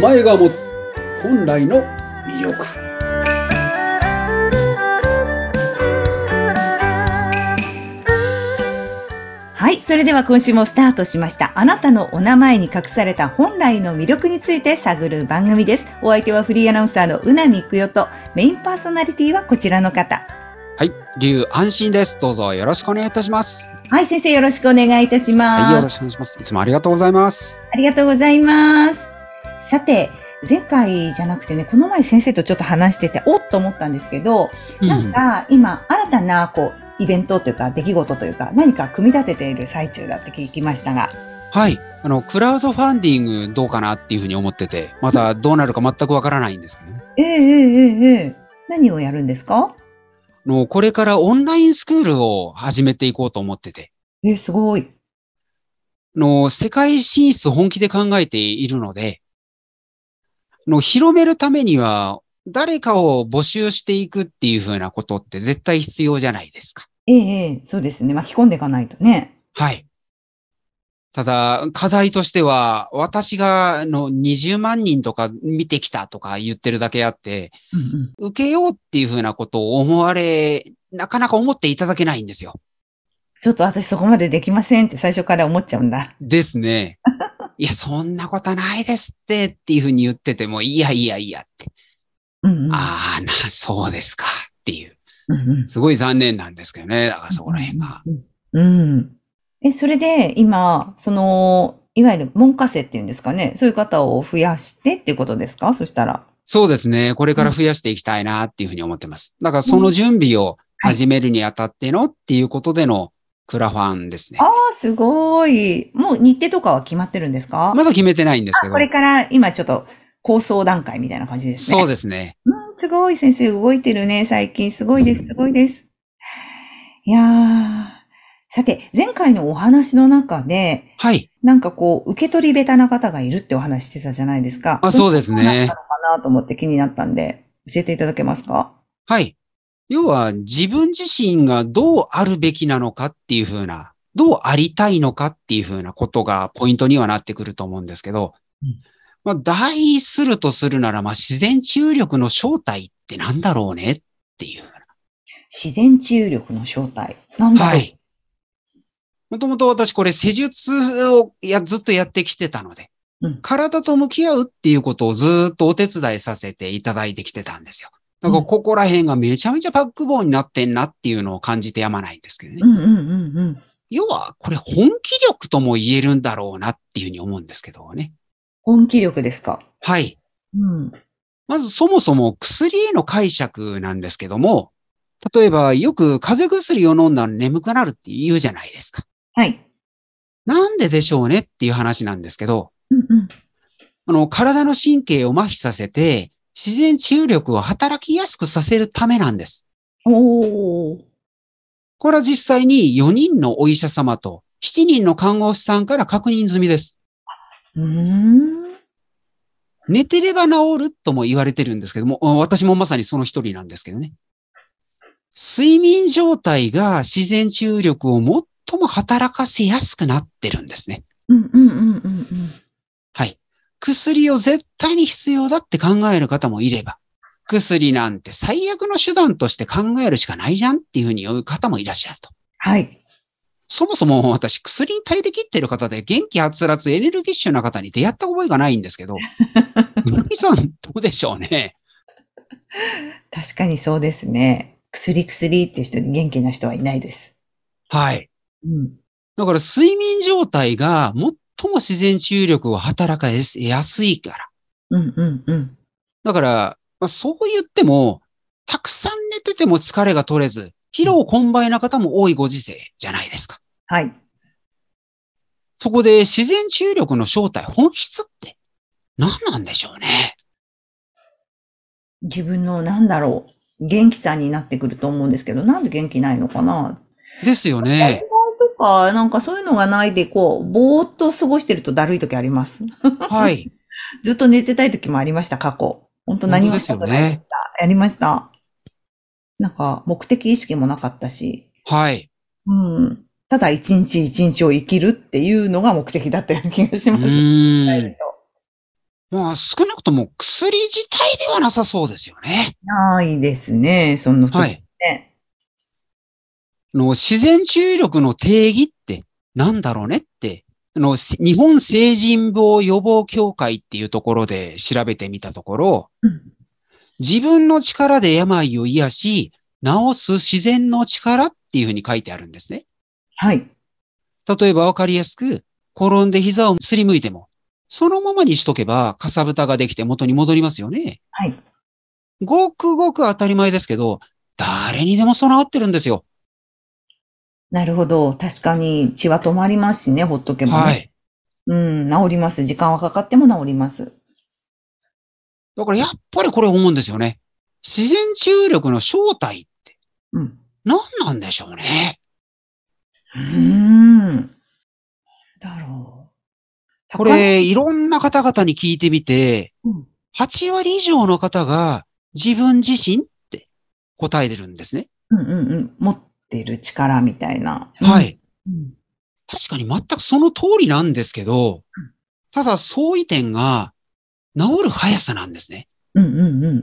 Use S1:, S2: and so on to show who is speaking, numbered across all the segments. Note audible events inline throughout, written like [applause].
S1: 前が持つ本来の魅力
S2: はい、それでは今週もスタートしました。あなたのお名前に隠された本来の魅力について探る番組です。お相手はフリーアナウンサーのうなみくよと、メインパーソナリティはこちらの方。
S3: はい、龍安心です。どうぞよろしくお願いいたします。
S2: はい、先生よろしくお願いいたします。
S3: はい、よろしくお願いします。いつもありがとうございます。
S2: ありがとうございます。さて、前回じゃなくてね、この前先生とちょっと話してて、おっと思ったんですけど、なんか今、新たな、こう、イベントというか、出来事というか、何か組み立てている最中だって聞きましたが。
S3: はい、あのクラウドファンディングどうかなっていうふうに思ってて、まだどうなるか全くわからないんですけどね。
S2: ええええええ何をやるんですか
S3: あのこれからオンラインスクールを始めていこうと思ってて、
S2: ええすごい。
S3: あの世界進出本気で考えているので、あの広めるためには誰かを募集していくっていうふうなことって絶対必要じゃないですか。
S2: ええええそうですね。巻き込んでいかないとね。
S3: はい。ただ、課題としては、私があの20万人とか見てきたとか言ってるだけあって、
S2: うんうん、
S3: 受けようっていうふうなことを思われ、なかなか思っていただけないんですよ。
S2: ちょっと私そこまでできませんって最初から思っちゃうんだ。
S3: です
S2: [laughs]
S3: ね。いや、そんなことないですってっていうふうに言ってても、いやいやいやって。
S2: うんうん。
S3: ああ、な、そうですかっていう。
S2: うんうん
S3: すごい残念なんですけどね。だからそこら辺が。。
S2: うん。え、それで今、その、いわゆる文科生っていうんですかね、そういう方を増やしてっていうことですかそしたら。
S3: そうですね。これから増やしていきたいなっていうふうに思ってます。だからその準備を始めるにあたってのっていうことでのクラファンですね。
S2: ああ、すごい。もう日程とかは決まってるんですか、
S3: まだ決めてないんですけど
S2: こ。れから今ちょっと構想段階みたいな感じですね。
S3: そう
S2: す。
S3: ですね。
S2: すごい先生動いてるね、最近。すごいです、すごいです。いやー。さて、前回のお話の中で、
S3: はい。
S2: なんかこう、受け取り下手な方がいるってお話してたじゃないですか。
S3: あ、
S2: そ
S3: そううです
S2: なったの
S3: ね。
S2: かなと思って気になったんで、教えていただけますか
S3: はい。要は自分自身がどうあるべきなのかっていうふうな、どうありたいのかっていうふうなことがポイントにはなってくると思うんですけど
S2: うん、
S3: まあ、大するとするなら、まあ、自然治癒力の正体ってなんだろうねっていう。
S2: 自然治癒力の正体。なんだろう、
S3: はい。もともと私これ施術をいやずっとやってきてたので、
S2: うん
S3: 体と向き合うっていうことをずーっとお手伝いさせていただいてきてたんですよ。だからここら辺がめちゃめちゃバックボーンになってんなっていうのを感じてやまないんですけどね。
S2: うんうんうんうん。
S3: 要はこれ本気力とも言えるんだろうなっていうふうに思うんですけどね。
S2: 本気力ですか。
S3: はい。
S2: うん。
S3: まずそもそも薬への解釈なんですけども、例えばよく風邪薬を飲んだら眠くなるって言うじゃないですか。
S2: はい。
S3: なんででしょうねっていう話なんですけど、
S2: うんうん。
S3: あの、体の神経を麻痺させて、自然治癒力を働きやすくさせるためなんです。
S2: おー。
S3: これは実際に4人のお医者様と7人の看護師さんから確認済みです。
S2: うーん。
S3: 寝てれば治るとも言われてるんですけども、私もまさにその一人なんですけどね。睡眠状態が自然治癒力を最も働かせやすくなってるんですね。
S2: うんうんうんうんうん。
S3: はい。薬を絶対に必要だって考える方もいれば、薬なんて最悪の手段として考えるしかないじゃんっていうふうに言う方もいらっしゃると。
S2: はい。
S3: そもそも私、薬に頼り切ってる方で元気はつらつエネルギッシュな方に出会った覚えがないんですけど、村木さん、どうでしょうね。
S2: 確かにそうですね。薬薬って人に元気な人はいないです。
S3: はい。
S2: うん。
S3: だから睡眠状態が最も自然治癒力を働かせやすいから。
S2: うんうんうん。
S3: だから、まあ、そう言っても、たくさん寝てても疲れが取れず、疲労困憊な方も多いご時世じゃないですか。
S2: はい。
S3: そこで自然治癒力の正体、本質って何なんでしょうね。
S2: 自分のなんだろう。元気さになってくると思うんですけど、なんで元気ないのかな
S3: ですよ
S2: 恋愛
S3: ね。
S2: とか、なんかそういうのがないで、こう、ぼーっと過ごしてるとだるい時あります。
S3: はい。
S2: ずっと寝てたい時もありました、過去。本当何もしたことない
S3: 本当ですよね
S2: やりました。なんか、目的意識もなかったし、
S3: はい。
S2: [laughs] うん。ただ一日一日を生きるっていうのが目的だったような気がし
S3: う
S2: ます。
S3: ーん。まあ少なくとも薬自体ではなさそうですよね。
S2: ないですね、その時
S3: は
S2: ね。
S3: い。あの自然注意力の定義ってなんだろうねって、あのし日本成人病予防協会っていうところで調べてみたところ、
S2: うん
S3: 自分の力で病を癒し、治す自然の力っていうふうに書いてあるんですね。
S2: はい。
S3: 例えばわかりやすく、転んで膝をすりむいても、そのままにしとけば、かさぶたができて元に戻りますよね。
S2: はい。
S3: ごくごく当たり前ですけど、誰にでも備わってるんですよ。
S2: なるほど。確かに血は止まりますしね、ほっとけば、ね。
S3: はい。
S2: うん、治ります。時間はかかっても治ります。
S3: だからやっぱりこれ思うんですよね。自然治癒力の正体って
S2: うん。
S3: 何なんでしょうね。
S2: うーん。なんだろう。
S3: これ、いろんな方々に聞いてみて、
S2: 高い、うん
S3: 8割以上の方が自分自身って答えてるんですね。
S2: うんうんうん。持ってる力みたいな。うん
S3: は。い。
S2: うん
S3: 確かに全くその通りなんですけど
S2: うん、
S3: ただ相違点が治る速さなんですね。
S2: うんうんうんうん。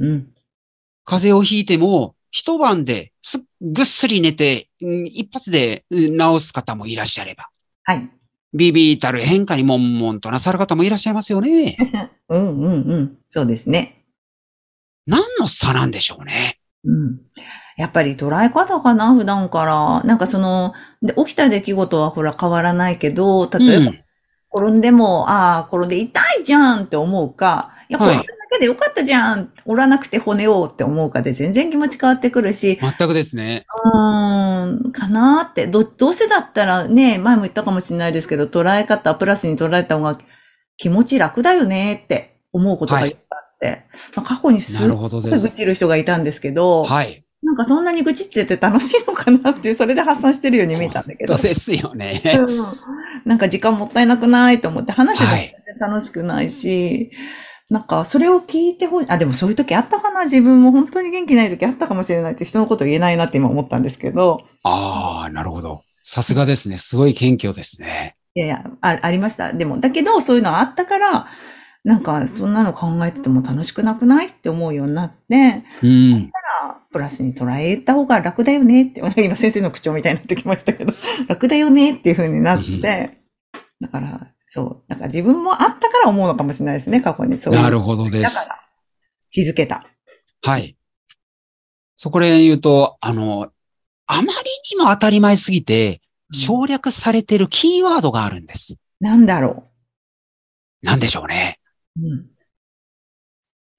S3: 風邪をひいても一晩ですぐっすり寝て、うん一発でうん治す方もいらっしゃれば、
S2: はい。
S3: ビビたる変化に悶々となさる方もいらっしゃいますよね。
S2: [laughs] うんうんうん。そうですね。
S3: 何の差なんでしょうね。
S2: うん。やっぱり捉え方かな、普段から。なんかその、で起きた出来事はほら変わらないけど、例え
S3: う
S2: ば
S3: ん
S2: 転んでも、ああ、転んで痛いじゃんって思うか、いや、
S3: はい
S2: 転んだけでよかったじゃん、折らなくて骨をって思うかで全然気持ち変わってくるし、
S3: 全くですね。
S2: うーん、かなーって、ど、どうせだったらね、前も言ったかもしれないですけど、捉え方、プラスに捉えた方が気持ち楽だよねって思うことがいっぱいあって、まあ過去にす
S3: な
S2: っ
S3: るほ
S2: ご
S3: どで
S2: い愚
S3: す。
S2: 痴る人がいたんですけど、
S3: はい。
S2: なんかそんなに愚痴ってて楽しいのかなって、それで発散してるように見えたんだけど
S3: 本当。ですよ
S2: [laughs]
S3: ね。
S2: うんなんか時間もったいなくないと思って話して
S3: は
S2: も
S3: い。
S2: 楽しくないし、なんかそれを聞いてほしい。あ、でもそういう時あったかな自分も本当に元気ない時あったかもしれないって人のこと言えないなって今思ったんですけど、
S3: ああ、なるほど。さすがですね。すごい謙虚ですね。
S2: いやいや、あありました。でも、だけどそういうのあったから、なんかそんなの考えてても楽しくなくないって思うようになって、
S3: うん。
S2: あプラスに捉えた方が楽だよねって、なんか今先生の口調みたいになってきましたけど、楽だよねっていう風になっ
S3: うんうん
S2: て、だから、そう、なんか自分もあったから思うのかもしれないですね、過去に。そういう
S3: なるほどで
S2: だ
S3: す
S2: か。ら、気づけた。
S3: はい。そこで言うと、あの、あまりにも当たり前すぎて、省略されてるキーワードがあるんです。
S2: なんだろ
S3: なんでしょうね。
S2: う。うん。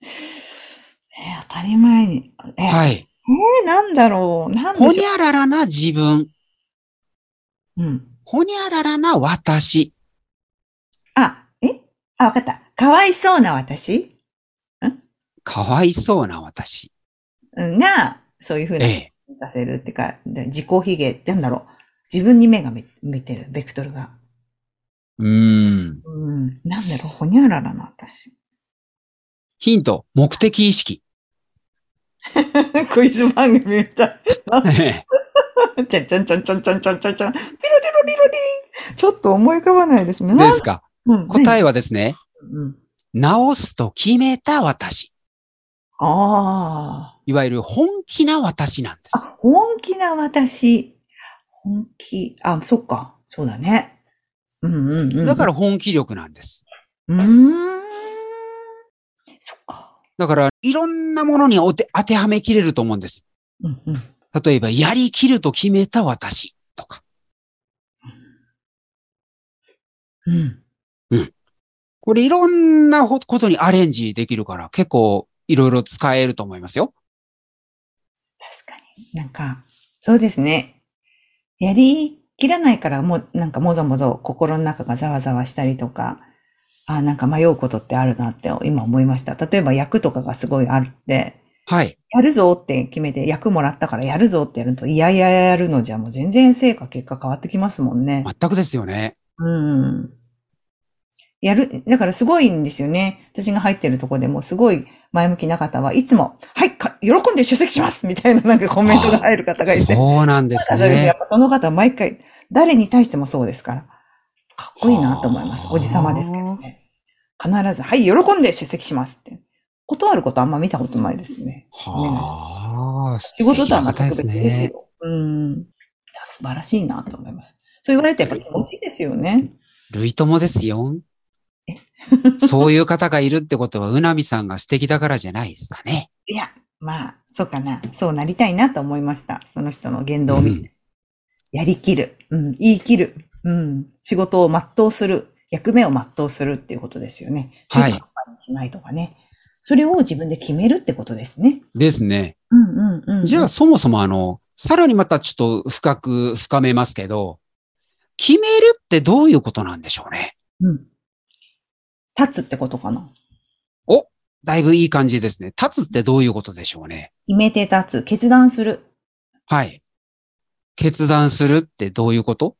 S2: えー当たり前に。えー
S3: はい。
S2: えーなんだろう。なん
S3: ほに
S2: でしょ
S3: ゃららな自分、
S2: う。うん。
S3: ほにゃららな私。
S2: あ、えあ、わかった。かわいそうな私
S3: かわいそうな私。
S2: うんが、そういう風
S3: え
S2: な
S3: え。
S2: させるってか、で自己卑下ってなんだろう。自分に目が向いてる、ベクトルが。
S3: うーん。
S2: うん。なんだろう、ほにゃららな、私。 [laughs]
S3: ヒント、目的意識。
S2: クイズ番組みたい。
S3: ええ
S2: ちゃんちゃんちゃんちゃんちゃんちゃんちゃんちゃん。ピロリロリロリン。ちょっと思い浮かばないですね。
S3: で
S2: な
S3: すか。
S2: うん、
S3: 答
S2: え。
S3: えはですね、
S2: うん、
S3: 直すと決めた私。
S2: あ
S3: いわゆる本気な私なんで
S2: あ。
S3: す。
S2: あ、本気な私。本気。あ、そっか。そうだね。うんうんうん。
S3: だから、本気力なんです。
S2: うーん。そっか。
S3: だから、いろんなものにおて当てはめきれると思うんです。
S2: うんうん。
S3: 例えば、やりきると決めた私とか。
S2: うん。
S3: これいろんなほことにアレンジできるから、結構いろいろ使えると思いますよ。
S2: 確かに。なんか、そうですね。やりきらないから、もう、なんかもぞもぞ心の中がざわざわしたりとか、あなんか迷うことってあるなって今思いました。例えば役とかがすごいあるって、
S3: はい。
S2: やるぞって決めて、役もらったからやるぞってやると、いやいややるのじゃもう全然成果結果変わってきますもんね。
S3: 全くですよね。
S2: うん。やる、だからすごいんですよね。私が入ってるとこでもすごい前向きな方はいつも、はい、か喜んで出席しますみたいななんかコメントが入る方がいて。
S3: そうなんです [laughs]
S2: だからや
S3: ね
S2: っ。ぱその方は毎回、誰に対してもそうですから。かっこいいなと思います。
S3: はあ
S2: おじさまですけどね。必ず、はい、喜んで出席しますって。断ることあんま見たことないですね。
S3: はあ。
S2: 仕事とはまた
S3: で
S2: 別
S3: す
S2: です
S3: ね。
S2: よ。うん。いや素晴らしいなと思います。そう言われてやっぱ気持ちいいですよね。
S3: 類友ですよ。
S2: [laughs]
S3: そういう方がいるってことは、うなみさんが素敵だからじゃないですかね。
S2: いや、まあ、そうかな。そうなりたいなと思いました。その人の言動を見て。
S3: うん
S2: やりきる。うん。言い切る。うん。仕事を全うする。役目を全うするっていうことですよね。
S3: はい
S2: 中途半端にしないとかね。それを自分で決めるってことですね。
S3: ですね。
S2: うんうんうん。
S3: じゃあ、そもそもあの、さらにまたちょっと深く深めますけど、決めるってどういうことなんでしょうね。
S2: うん。立つってことかな。
S3: だいぶいい感じですね。立つってどういうことでしょうね。
S2: 決めて立つ。決断する。
S3: はい。決断するってどういうこと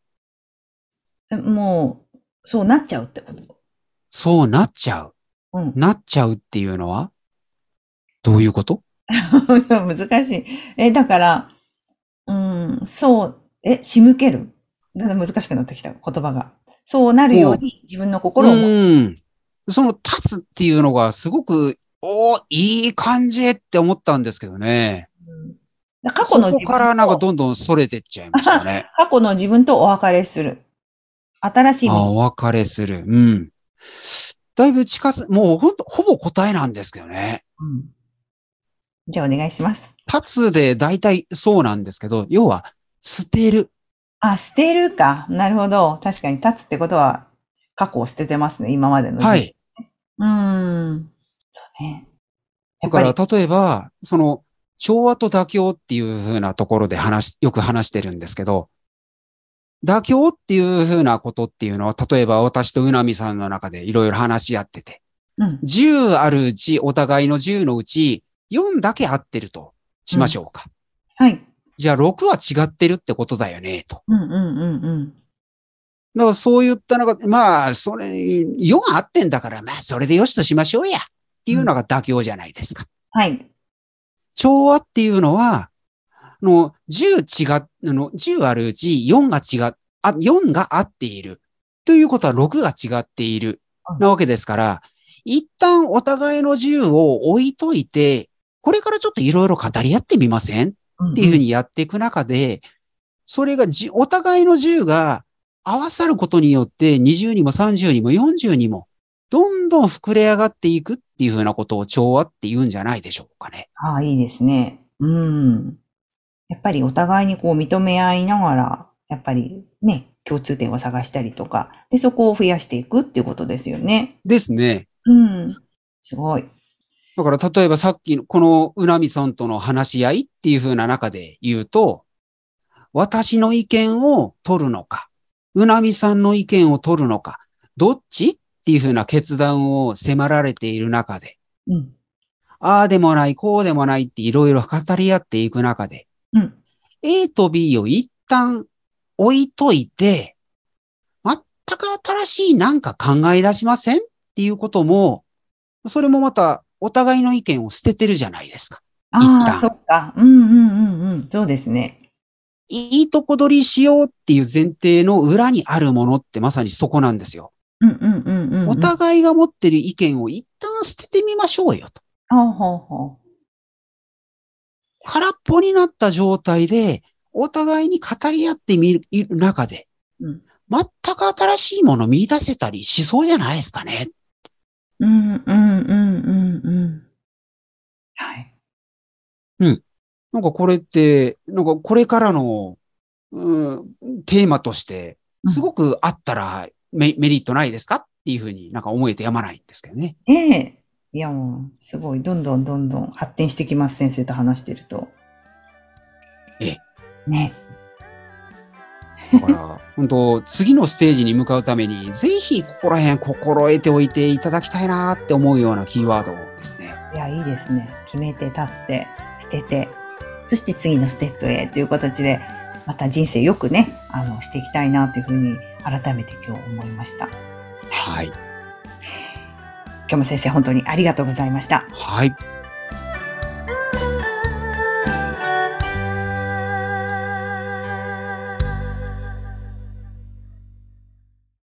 S2: もう、そうなっちゃうってこと。
S3: そうなっちゃう。
S2: うん。
S3: なっちゃうっていうのはどういうこと
S2: [laughs] 難しい。え、だから、うん、そう、え、仕向ける。だんだん難しくなってきた、言葉が。そうなるように自分の
S3: う
S2: 心を持つ。
S3: ん。その立つっていうのがすごく、おーいい感じって思ったんですけどね。
S2: だから過去の
S3: そ
S2: 自
S3: こから
S2: 分
S3: なんか
S2: と、
S3: どんどんそれてっちゃいました
S2: [laughs]
S3: ね。
S2: 過去の自分とお別れする。新しい
S3: あお
S2: 道。
S3: 別れする。うん。だいぶ近づ、もうほんと、ほぼ答えなんですけどね。
S2: うんじゃあお願いします。
S3: 立つで大体そうなんですけど、要は、捨てる。
S2: あ、捨てるか。なるほど。確かに立つってことは、過去を捨ててますね、今までの。
S3: は。い。
S2: うん。そうね。
S3: だ
S2: やっぱ
S3: か
S2: り
S3: ら、例えば、その、調和と妥協っていうふうなところで話し、よく話してるんですけど、妥協っていうふうなことっていうのは、例えば私とうなみさんの中でいろいろ話し合ってて、
S2: うん。
S3: 10あるうち、お互いの10のうち、4だけ合ってるとしましょうか。
S2: はい。
S3: じゃあ6は違ってるってことだよね、と。
S2: うんうんうんうん。
S3: だからそういった中で、まあ、それ、4あってんだから、まあ、それでよしとしましょうや。っていうのが妥協じゃないですか。
S2: はい。
S3: 調和っていうのは、あの10違っ、あの10あるうち4が違っ、あ、4が合っている。ということは6が違っている
S2: うん。
S3: なわけですから、一旦お互いの10を置いといて、これからちょっといろいろ語り合ってみません
S2: っ
S3: っていうふうにやっていく中で、それがじ、お互いの10が合わさることによって、20にも30にも40にも、どんどん膨れ上がっていくっていうふうなことを調和って言うんじゃないでしょうかね。
S2: ああ、いいですね。うん。やっぱりお互いにこう認め合いながら、やっぱりね、共通点を探したりとか、で、そこを増やしていくっていうことですよね。
S3: ですね。
S2: うん。すごい。
S3: だから、例えばさっきの、このうなみさんとの話し合いっていうふうな中で言うと、私の意見を取るのか、うなみさんの意見を取るのか、どっちっていうふうな決断を迫られている中で、
S2: うん。
S3: ああでもない、こうでもないっていろいろ語り合っていく中で、
S2: うん。
S3: A と B を一旦置いといて、全く新しいなんか考え出しませんっていうことも、それもまたお互いの意見を捨ててるじゃないですか。一
S2: ああ、
S3: 旦
S2: そっか。うんうんうんうん。そうですね。
S3: いいとこ取りしようっていう前提の裏にあるものってまさにそこなんですよ。
S2: うんうんうんうんうん。
S3: お互いが持ってる意見を一旦捨ててみましょうよと。
S2: ほうほうほう。
S3: 空っぽになった状態で、お互いに語り合ってみるいる中で、
S2: うん
S3: 全く新しいもの見出せたりしそうじゃないですかね。
S2: うんうんうんうんうん。はい。
S3: なんかこれって、なんかこれからの、うん、テーマとして、す
S2: く。
S3: ごくあったらメ,、メリットないですかっていうふうになんか思えてやまないんですけどね。
S2: ええ。いやもう、すごい。どんどんどんどん発展してきます。先生と話してると。
S3: え
S2: ね。
S3: だから、本当次のステージに向かうために、ぜひここら辺心得ておいていただきたいなって思うようなキーワードですね。
S2: いや、いいですね。決めて、立って、捨てて、そして次のステップへという形で、また人生よくね、あの、していきたいなというふうに改めて今日思いました。
S3: はい。
S2: 今日も先生本当にありがとうございました。
S3: はい。